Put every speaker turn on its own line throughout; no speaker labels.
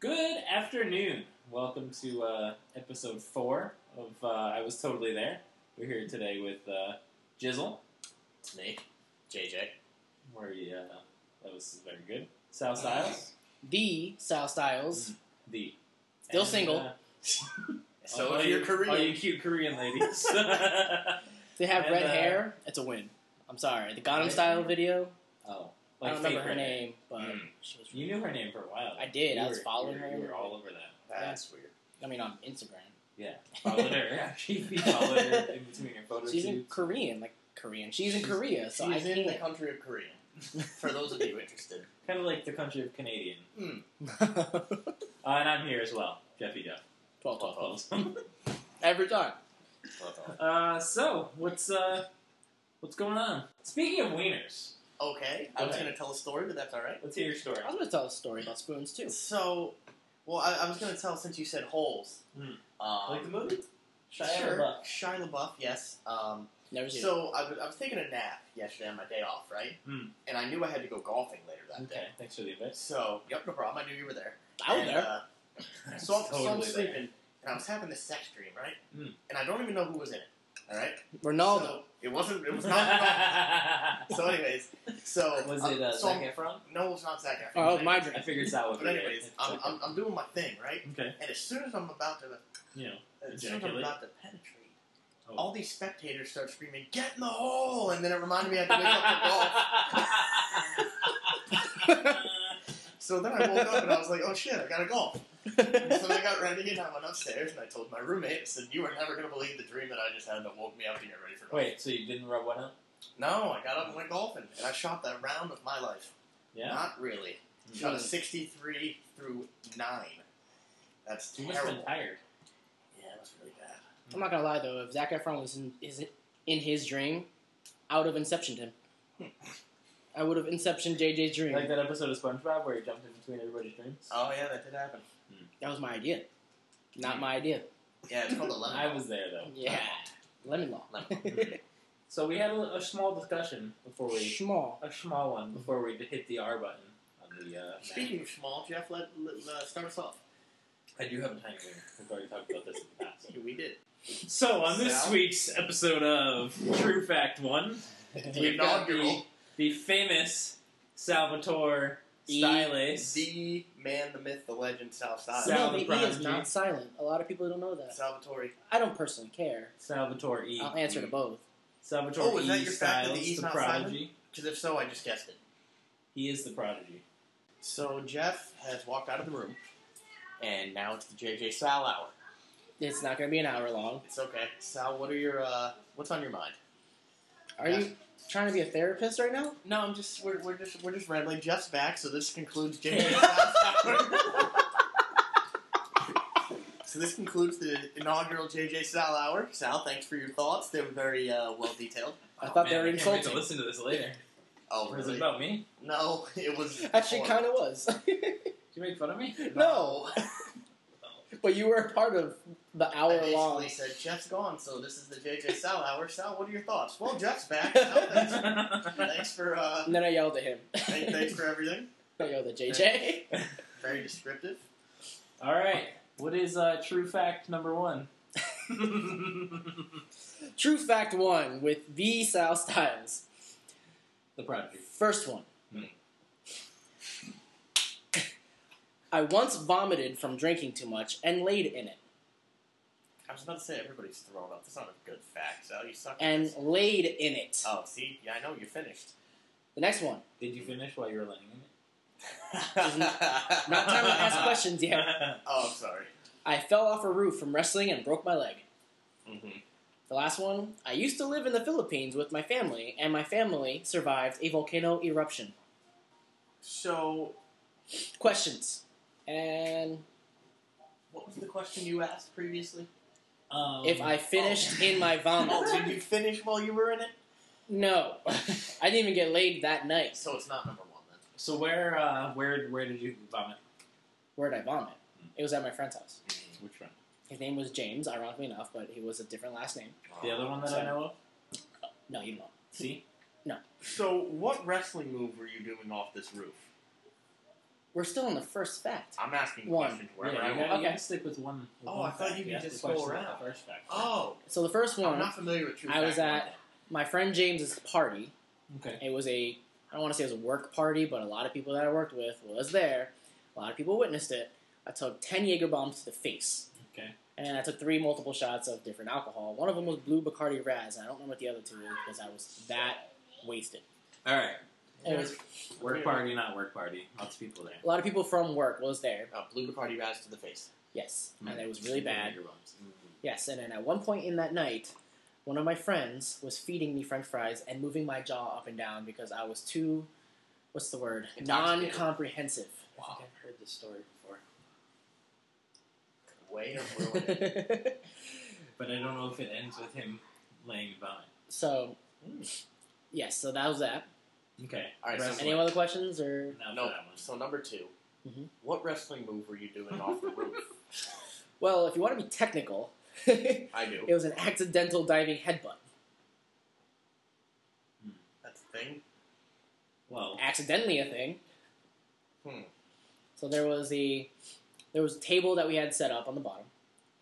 Good afternoon. Welcome to uh, episode four of uh, I Was Totally There. We're here today with uh, Jizzle.
Snake, JJ.
Where he, uh, that was very good. Sal Styles.
the Sal
Mm-hmm.
Styles.
The.
Still
And,
single.
uh,
So
all
are
you-
your Korean.
All you cute Korean ladies.
If they have
and,
red
uh,
hair, it's a win. I'm sorry. The Gotham
Red
Style
hair?
video.
oh.
I
like
don't remember
fake
her
red hair.
name, but
Mm.
she was
You knew her name for a while.
I did.
You
I was
were-
following
you were-
her.
You were all over that.
That's weird.
I mean, on Instagram.
Yeah. Followed her. she followed her in between your photo
She's in
shoots.
Korean, like Korean. She's in
She's-
Korea, so I
She's in the
can't.
country of Korea. For those of you interested.
Kind of like the country of Canadian.
Twelve,
Uh, and I'm here as well, Jeffy Jeff.
twelve, twelve.
Twelve.
Every time.
Uh, so what's uh, what's going on? Speaking of wieners,
Okay, I
Go
was
ahead.
going to tell a story, but that's all right.
let's hear your story.
I was going to tell a story about spoons too.
So, well, I, I was going to tell since you said holes.
Mm.
Um,
Like the movie? Shia
sure.
LaBeouf.
Shia LaBeouf, yes. Um,
Never seen. it.
so I was, I was taking a nap yesterday on my day off, right?
Mm.
And I knew I had to go golfing later that
Okay,
day.
thanks for the advice.
So, yep, no problem. I knew you were there.
I was
And,
there.
uh, so, I'm, so I'm
Totally there.
sleeping, and I was having this sex dream, right?
Mm.
And I don't even know who was in it. All right.
Ronaldo.
So, it wasn't. It was not. Ronaldo. so, anyways, so
was
I'm-
it uh,
so
Zac
I'm-
Efron?
No, it's not Zac Efron.
oh, it was my dream.
I figured that would
But
be
anyways,
it.
I'm, I'm, I'm doing my thing, right?
okay.
And as soon as I'm about to,
You know,
as soon as I'm
Ejaculate.
about to penetrate,
Oh.
all these spectators start screaming, "Get in the hole!" And then it reminded me I had to wake up the golf. So then I woke up and I was like, "Oh shit, I gotta golf." And so I got ready and I went upstairs and I told my roommate. I said, "You are never gonna believe the dream that I just had that woke me up to get ready for golf."
Wait, so you didn't rub one out?
No, I got up and went golfing, and I shot that round of my life.
Yeah.
Not really.
Mm.
Shot a
Mm.
sixty-three through nine. That's
You
terrible.
must have been tired.
Yeah, that's really bad.
I'm not gonna lie though. If Zac Efron was in, is in his dream, I would have inceptioned him. I would have inceptioned JJ's dream.
Like that episode of SpongeBob where he jumped in between everybody's dreams.
Oh yeah, that did happen.
that was my idea, not my idea.
Yeah, it's called a lemon.
I was there though.
Yeah, lemon law.
So we had a, a small discussion before we
Small.
a small one before we hit the R button on the. Uh, Mac.
Speaking of small, Jeff, let, let uh, start us off.
I do have a tiny wiener. We've already talked about this in the past.
We did.
So on this
Sal?
week's episode of True Fact One,
The
we've got the,
inaugural.
the famous Salvatore
E-
Stylace.
The man, the myth, the legend, Sal Styles.
Sal-
no, the E is
Prodigy.
not silent. A lot of people don't know that.
Salvatore.
I don't personally care.
Salvatore E.
I'll answer to both.
Salvatore
Uh-huh. Oh, is
E.
that your fact
Styles,
that the E's
the
not
prodigy.
Because if so, I just guessed it.
He is the prodigy.
So Jeff has walked out of the room, and now it's the JJ Sal hour.
It's not gonna be an hour long.
It's okay. Sal, what are your uh, what's on your mind?
Are you trying to be a therapist right now?
No, I'm just we're, we're just we're just rambling. Jeff's back, so this concludes JJ Sal's hour. so this concludes the inaugural JJ Sal hour. Sal, thanks for your thoughts. They were very uh, well detailed.
I thought they
Oh, Man,
were
I can't wait
insulting.
to listen to this later.
Oh,
Was it
really?
about me?
No, it was
Actually,
horrible.
kind of was.
Did you make fun of me?
no, but you were a part of the
I
hour
basically
long.
said Jeff's gone, so this is the JJ Sal hour. Sal, what are your thoughts? Well, Jeff's back. Sal, thanks, thanks for uh,
And then I yelled at him.
thank, thanks for everything.
I yelled at JJ.
Very descriptive.
All right. What is uh, true fact number one?
True fact one with the Sal Styles.
the prodigy.
First one.
Hmm.
I once vomited from drinking too much and laid in it.
I was about to say everybody's thrown up. That's not a good fact, Sal. You suck. at
And
this.
laid in it.
oh, see, yeah, I know you're finished.
The next one.
Did you finish while you were laying in
Mm-hmm. Not time to ask questions
it?
yet.
oh, I'm sorry.
I fell off a roof from wrestling and broke my leg.
Mm-hmm.
The last one. I used to live in the Philippines with my family, and my family survived a volcano eruption.
So,
Questions. And
what was the question you asked previously?
Um,
if I finished in my vomit.
Oh, did you finish while you were in it?
No. I didn't even get laid that night.
So it's not number one then.
So where uh, where where did you vomit?
Where did I vomit? It was at my friend's house.
Which one?
His name was James, ironically enough, but he was a different last name.
The other one that I know of.
No, you don't.
See,
So, what wrestling move were you doing off this roof?
We're still on the first fact.
I'm asking
One.
questions wherever
yeah,
I
you
want.
gotta, you
Okay.
gotta stick with one. with
Oh,
one
I thought
fact.
you could
asked
just
the question
go
about
around.
the First fact.
Oh,
So the first
I'm
one,
not familiar with true.
I was
fact.
at my friend James's party.
Okay.
It was a I don't want to say it was a work party, but a lot of people that I worked with was there. A lot of people witnessed it. I took ten Jaeger bombs to the face.
Okay.
And I took three multiple shots of different alcohol. One of them was blue Bacardi Raz, and I don't remember what the other two were because I was that wasted.
All right.
It was-
Work party, not work party. Lots of people there.
A lot of people from work was there.
Oh, blue Bacardi Raz to the face.
Yes,
Mm.
and it was really bad.
Finger bumps. Mm.
Yes, and then at one point in that night, one of my friends was feeding me French fries and moving my jaw up and down because I was too, what's the word,
Intoxicated.
non-comprehensive.
I think I've heard this story before.
Way to ruin it.
But I don't know if it ends with him laying down.
so, yes, so that was that.
Okay.
All Mm. right, so-
Wrestling.
Any other questions or?
Now for
Nope.
that one.
So number 2
Mhm.
what wrestling move were you doing off the roof?
Well, if you want to be technical, it
I do.
was an accidental diving headbutt.
That's the thing.
Well,
accidentally a thing.
Hmm.
So there was the there was a table that we had set up on the bottom.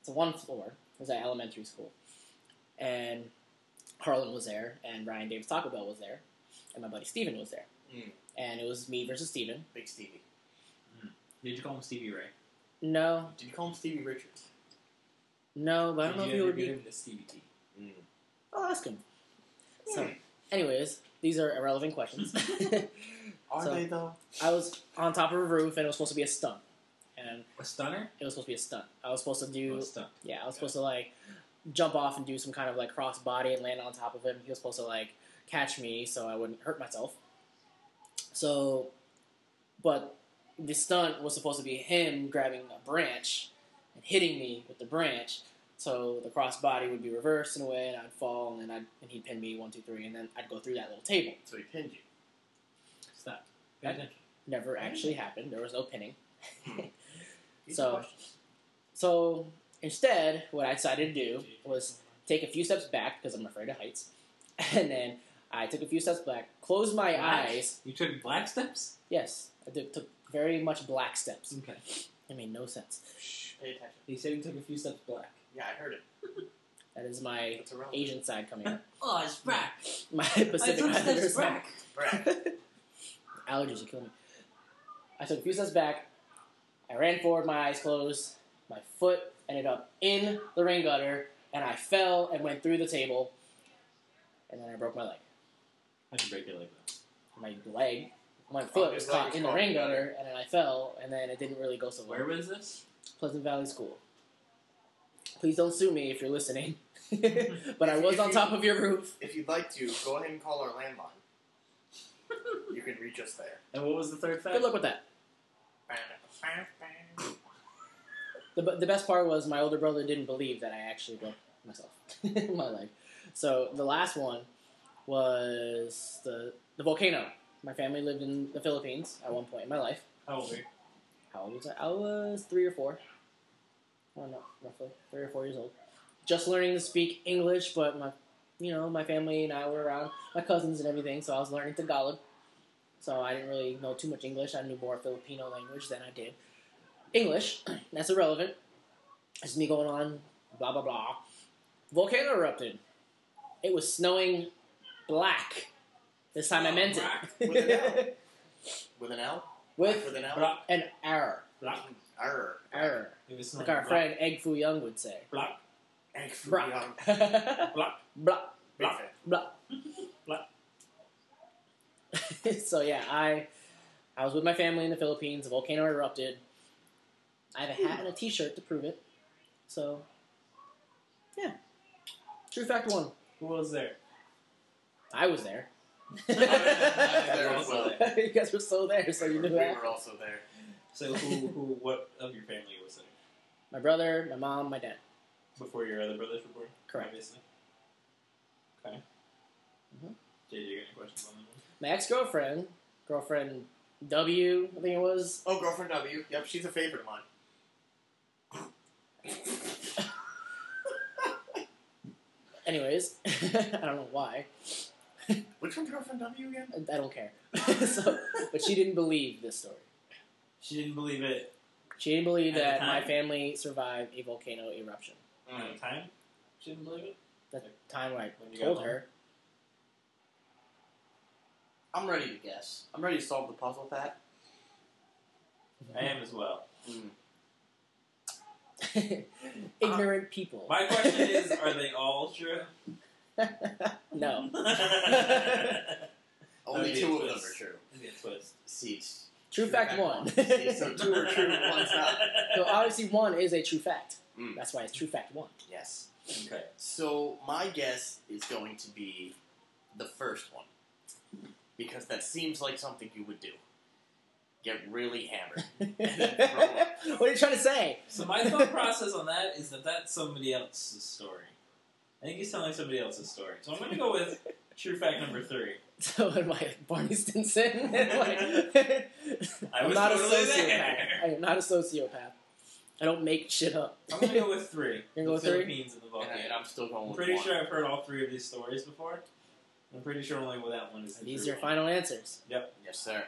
It's a one floor. It was at elementary school, and Harlan was there, and Ryan Davis Taco Bell was there, and my buddy Steven was there,
Mm.
and it was me versus Steven.
Big Stevie.
did you call him Stevie Ray?
No,
Did you call him Stevie Richards?
no, but I don't know
did
if
you
he
ever
would
get
be.
him to Stevie T?
Mm.
I'll ask him. So,
Hmm.
anyways, these are irrelevant questions.
Are
So-
they though?
I was on top of a roof, and it was supposed to be a stunt, and
A stunner?
it was supposed to be a stunt. I was supposed to do
Oh, stunt.
Yeah, I was supposed to like jump off and do some kind of like cross body and land on top of him. He was supposed to like catch me so I wouldn't hurt myself. So, but the stunt was supposed to be him grabbing a branch and hitting me with the branch. So the cross body would be reversed in a way, and I'd fall, and then I'd, and he'd pin me one, two, three, and then I'd go through that little table.
So he pinned you.
Stop. Pay attention.
Never actually happened. There was no pinning.
Good
So-
question.
So instead, what I decided to do was take a few steps back because I'm afraid of heights, and then I took a few steps back, closed my
Black?
eyes.
You took black steps?
Yes, I did, took very much black steps.
Okay.
It made no sense.
Shh, pay attention.
He said he took a few steps black.
Yeah, I heard it.
That is my
It's around.
Asian side coming out.
Oh, it's
black. My Pacific Islander side.
Brad.
Allergies are killing me. I took a few steps back. I ran forward, my eyes closed. My foot ended up in the rain gutter, and I fell and went through the table, and then I broke my leg.
How'd you break your leg though?
my leg, my foot was
Your leg
caught
was
in the
caught
rain
together.
gutter, and then I fell, and then it didn't really go so well.
Where was this?
Pleasant Valley School. Please don't sue me if you're listening, but I was on top of your roof.
If you'd like to, go ahead and call our landline. you can reach us there.
And what was the third fact?
Good luck with that. The, the best part was my older brother didn't believe that I actually broke myself, my leg. So the last one was the the volcano. My family lived in the Philippines at one point in my life.
How old were you?
How old was I? I was three or four. I don't know, roughly three or four years old. Just learning to speak English, but my, you know, my family and I were around my cousins and everything, so I was learning Tagalog. So I didn't really know too much English. I knew more Filipino language than I did English. That's irrelevant. It's me going on, blah blah blah. Volcano erupted. It was snowing black. This time I meant
With an L.
it.
With an L?
With
With an L?
Block.
an error.
Block.
Arr.
Error.
It was
Like our
block,
friend Egg Foo Young would say.
Block.
Brock.
Big
Block.
Brock.
Block.
fan.
Brock.
Brock.
so yeah, I I was with my family in the Philippines. A volcano erupted. I have a hat and a T-shirt to prove it. So yeah, true fact one.
Who was there?
I was there.
There was
Also there.
you guys were so there, so you
we
knew that.
were also there.
So who, who, what of your family was there?
My brother, my mom, my dad.
Before your other brothers were born?
Correct.
Obviously. Okay.
Mhm.
JJ, you got any questions on that one?
My ex-girlfriend, girlfriend W, I think it was.
Oh, girlfriend W. Yep, she's a favorite of mine.
Anyways, I don't know why.
Which one's girlfriend W again?
I I don't care. so, but she didn't believe this story.
She didn't believe it.
She didn't believe
At the
that my
time?
family survived a volcano eruption.
Mm.
At the time, she didn't believe it.
At the time I
When you got
told
home?
her,
I'm ready to guess. I'm ready to solve the puzzle, Pat.
I am as well.
ignorant people.
My question is, are they all true?
no.
Only
Okay,
two of them
twist.
are true.
Let's get a twist.
Seats.
True,
True
fact,
fact
one.
See, so two are true, one's not.
so obviously one is a true fact.
Mm.
That's why it's true fact one.
Yes.
Okay.
So my guess is going to be the first one. Because that seems like something you would do. Get really hammered.
what are you trying to say?
So my thought process on that is that that's somebody else's story. I think he's telling somebody else's story. So I'm going to go with true fact number three.
So am I Barney Stinson? Like,
I
I'm
was
not
totally
a sociopath.
there.
I am not a sociopath. I don't make shit up.
I'm going to go with 3
You're gonna go
the
with three?
Philippines and the
and, I,
volcano.
and I'm still going
I'm
with
pretty
one.
sure I've heard all three of these stories before. I'm pretty sure only that one is. the
These
true
are
one.
final answers.
Yes, sir.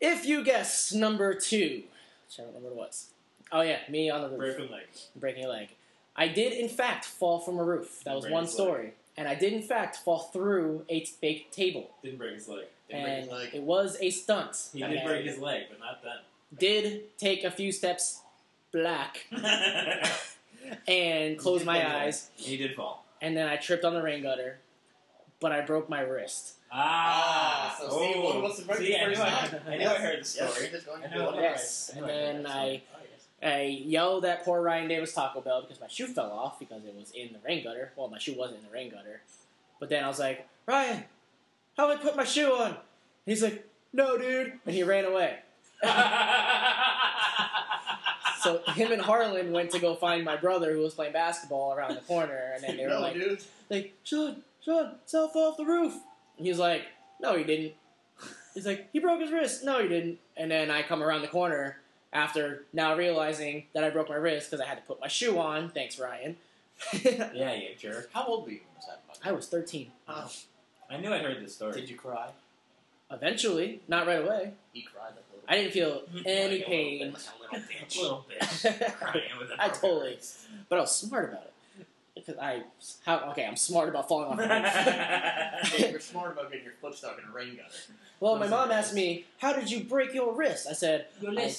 If you guess number two, which I don't remember what it was. Oh yeah, me on the roof.
Broken leg.
breaking a leg. I did, in fact, fall from a roof. That was
Break
one
his
story. And I did, in fact, fall through a t- big table.
Didn't break his leg.
Didn't break
and
his leg.
it was a stunt.
He
that
did
I
break his leg, but not then.
did take a few steps black and closed
did
my
break his leg.
eyes.
he did fall.
And then I tripped on the rain gutter, but I broke my wrist.
Ah,
Ah, so
oh.
see, one was the
See, I
first
knew I,
time.
I knew I
Yes.
heard the story.
Yes, it is going
I
to
know
be
it
one.
was.
Yes.
I know
And
it
then
was.
I, I yelled at poor Ryan Davis Taco Bell because my shoe fell off because it was in the rain gutter. Well, my shoe wasn't in the rain gutter. But then I was like, Ryan, how do I put my shoe on? And he's like, no, dude. And he ran away. So him and Harlan went to go find my brother who was playing basketball around the corner. And then they were
no,
like,
dude.
like, Sean, Sean, Sal fell off the roof. And he's like, no, he didn't. He's like, he broke his wrist. No, he didn't. And then I come around the corner after now realizing that I broke my wrist because I had to put my shoe on. Thanks, Ryan.
yeah, you jerk.
How old were you when this happened?
I was 13.
Oh,
I knew I heard the story.
Did you cry?
Eventually, not right away.
He cried a little.
I didn't feel any
Like a little
pain.
bitch, a little bitch. little bitch.
but
Crying with a
I
broken
totally-
wrist.
I was smart about it. Because I, how, okay, I'm smart about falling off a roof.
Oh. Hey, you're smart about getting your foot stuck in a rain gutter.
Well, my mom asked me, how did you break your wrist? I said,
Your
I-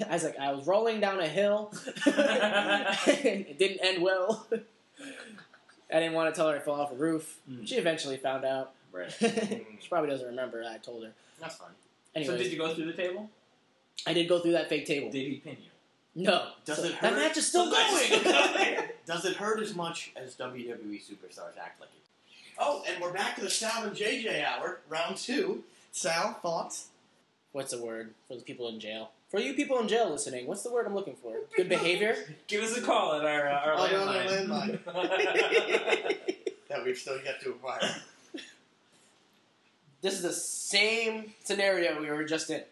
I was like, I was rolling down a hill. it didn't end well. I didn't want to tell her I fell off a roof.
Mm.
She eventually found out.
Right.
she
Mm,
probably doesn't remember. I told her.
That's fine.
Anyways,
So did you go through the table?
I did go through that fake table.
Did he pin you?
no,
Does
So
it
that
hurt?
match is still
Does it
going.
Does it hurt as much as WWE superstars act like it? Oh, and we're back to the Sal and JJ hour, round two. Sal, thoughts?
what's the word for the people in jail? For you people in jail listening, what's the word I'm looking for? Good behavior.
Give us a call at our, uh, our
Oh, you're on our
landline.
That we've still yet to acquire.
This is the same scenario we were just in.
It,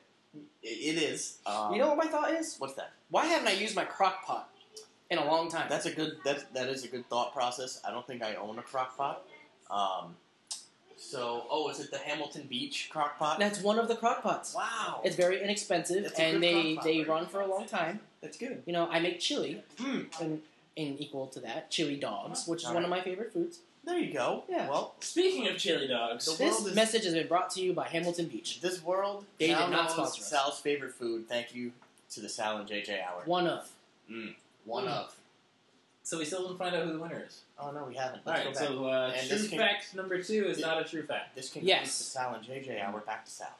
it is. Um,
you know what my thought is?
what's that?
Why haven't I used my crock pot in a long time?
That's a good. That that is a good thought process. I don't think I own a crock pot. Um, so, oh, is it the Hamilton Beach crock pot?
That's one of the crock pots.
Wow,
It's very inexpensive,
It's a
and
good
they,
crock pot,
they
right?
run for a long time.
that's good.
You know, I make chili,
Mm,
and, and equal to that, chili dogs, which is
All
one of my favorite foods.
there you go.
Yeah.
Well,
Speaking of chili dogs,
The
This
world is-
message has been brought to you by Hamilton Beach.
this world
They
now
did not
knows
sponsor us.
Sal's favorite food. Thank you to the Sal and JJ hour.
One of.
One
Mm.
of.
so we still didn't find out who the winner is.
Oh no, we haven't.
All
Let's
right,
go back.
so uh,
And
true
this can-
fact number two is not a true fact.
this concludes
Yes.
the Sal and JJ hour. Back to Sal.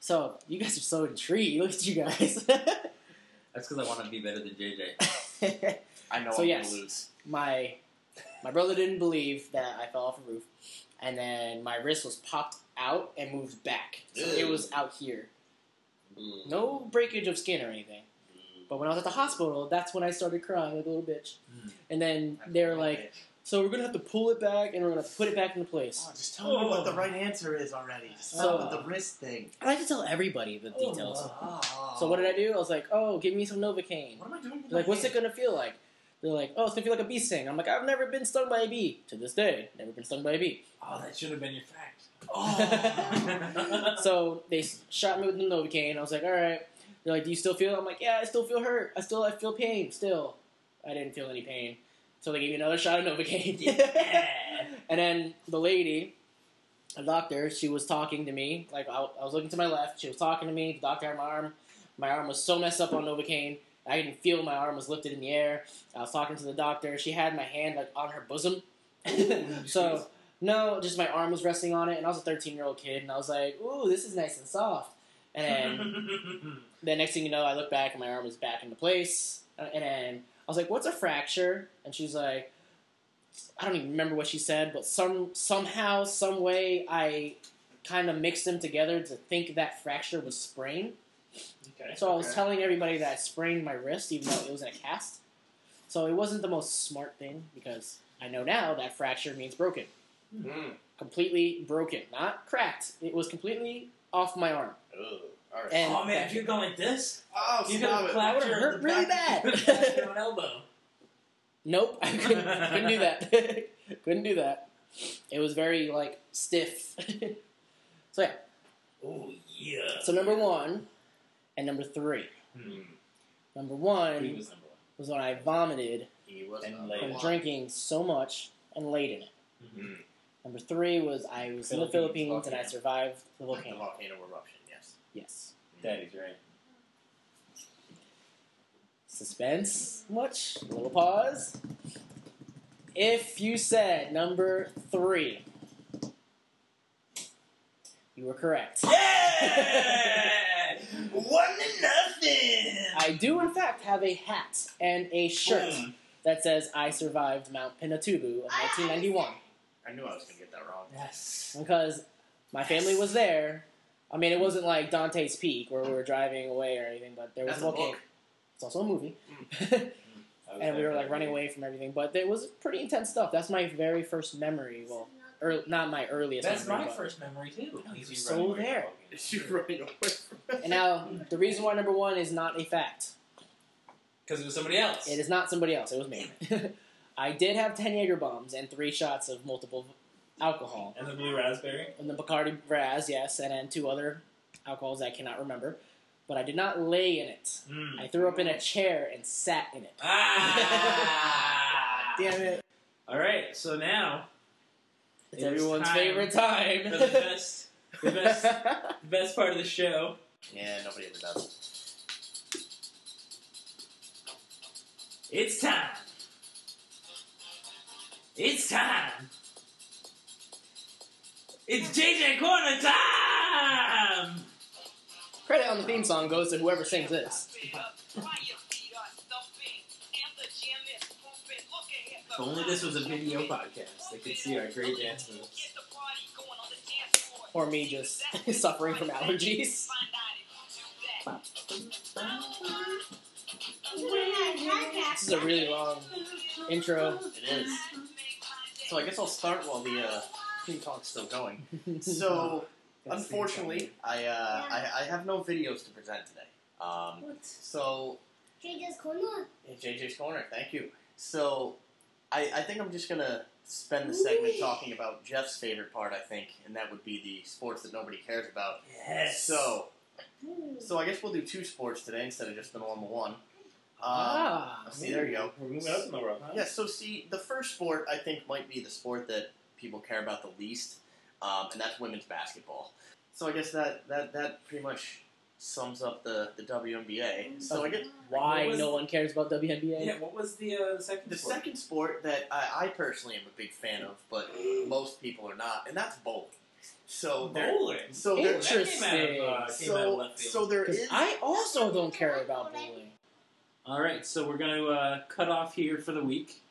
So, you guys are so intrigued. Look at you guys.
That's because I want to be better than JJ.
I know
So,
I'm
yes.
gonna lose.
my, my brother didn't believe that I fell off a roof, and then my wrist was popped out and moved back. So it
Ew.
was out here. No breakage of skin or anything. But when I was at the hospital, that's when I started crying like a little bitch.
Mm.
And then they were like, So we're gonna have to pull it back and we're gonna put it back into place.
Oh, just tell me what the right answer is already. Just stop
So-
with the wrist thing.
I like to tell everybody the
Oh,
details.
wow.
Oh.
So what did I do? I was like, oh, give me some Novocaine.
What am I doing? With
Like,
my
what's it
hand?
gonna feel like? They're like, oh, it's gonna feel like a bee sting. I'm like, I've never been stung by a bee to this day. Never been stung by a bee.
Oh, that should have been your fact.
Oh.
so they s- shot me with the Novocaine. I was like, all right. They're like, do you still feel? I'm like, yeah, I still feel hurt. I still, I feel pain. Still, I didn't feel any pain. So they gave me another shot of Novocaine. and then the lady, a doctor, she was talking to me. Like I, I was looking to my left. She was talking to me. The doctor had my arm. My arm was so messed up on Novocaine. I didn't feel my arm was lifted in the air. I was talking to the doctor. She had my hand like on her bosom. so. No, just my arm was resting on it, and I was a 13 year old kid, and I was like, ooh, this is nice and soft. And then the next thing you know, I look back, and my arm was back into place. Uh, And then I was like, what's a fracture? And she's like, I don't even remember what she said, but some somehow, some way, I kind of mixed them together to think that fracture was sprain.
okay.
So I was
Okay.
telling everybody that I sprained my wrist, even though it was in a cast. So it wasn't the most smart thing because I know now that fracture means broken
Mm.
completely broken, not cracked. It was completely off my arm.
Ugh. All right.
And-
Oh man, if you're going like this,
oh,
you could
stop
have
it.
clapped
That
your
would've hurt
the
really
back-
bad.
back of your elbow.
Nope, I couldn't, couldn't do that. couldn't do that. It was very like stiff. so yeah.
Oh yeah.
So number one and number three.
Hmm.
Number
He
one
was number one.
was when I vomited
He was
And
not
like-
the
from
one.
drinking so much and laid in it.
Mhm.
Number three was I was in the
Philippines,
Philippines and I
volcano.
survived the
The
volcano.
volcano eruption. Yes.
Yes.
Daddy's right.
Suspense much? A little pause. If you said number three, you were correct.
Mm.
Yeah.
One to nothing.
I do, in fact, have a hat and a shirt
Hmm.
Mm.
Boom.
that says I survived Mount Pinatubo of 1991
I knew I was gonna get that wrong.
yes.
because my family was there. I mean, it wasn't like Dante's Peak where we were driving away or anything, but there was
That's
a
a
volcano.
book.
It's also a movie.
I was
and we
there
were
for
like
that
running
movie.
away from everything, but it was pretty intense stuff. That's my very first memory. Well, or not my earliest.
That's
memory,
my
but-
first memory too.
No, you
Easy
were so
running away
there.
from walking.
She's running away from
And now the reason why number one is not a fact.
Because it was somebody else.
It is not somebody else. It was me. I did have ten Jaeger bombs and three shots of multiple alcohol,
And the blue raspberry.
and the Bacardi Raz, yes, and then two other alcohols I cannot remember. But I did not lay in it.
Mm.
I threw up in a chair and sat in it.
Ah.
Damn it!
All right. So now
It's
It is
everyone's
time
favorite
for the
time.
best, the best, the best part of the show.
Yeah, nobody ever does.
It's time. It's time. It's JJ Corner time.
Credit on the theme song goes to whoever sings this.
If only this was a video podcast, they could see our great dance moves.
Or me just suffering from allergies. This is a really long intro.
It is. So I guess I'll start while the uh, clean talk's still going. So unfortunately, I, uh, I I have no videos to present today. Um, so
JJ's corner.
yeah, JJ's corner, thank you. So I I think I'm just gonna spend the segment talking about Jeff's favorite part. I think, and that would be the sports that nobody cares about.
Yes.
So so I guess we'll do two sports today instead of just the normal one. Um,
ah,
See, there you go.
We're moving up in the world, huh?
Yeah, so see, the first sport I think might be the sport that people care about the least, um, and that's women's basketball. So I guess that that, that pretty much sums up the, the WNBA. So I guess
why
What was-
no one cares about WNBA?
Yeah. What was the uh, second?
the
sport?
second sport that I, I personally am a big fan of, but most people are not, and that's bowling. So there,
bowling.
so
Oh,
there,
that came out of, uh,
Interesting.
came out of
so
left field.
so there
'Cause
is.
I also don't care about bowling.
All right, so we're going to uh, cut off here for the week.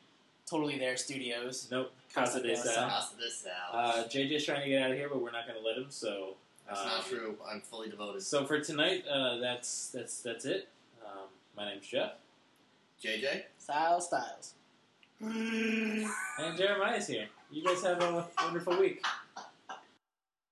Totally their studios.
Nope, Casa de Sa.
Toss this out.
Uh, JJ's trying to get out of here, but we're not going to let him. So,
that's not
uh,
um,
true. I'm fully devoted.
so for tonight, uh, that's that's that's it. Um, my name's Jeff,
JJ,
Style Styles.
and Jeremiah's here. You guys have a wonderful week.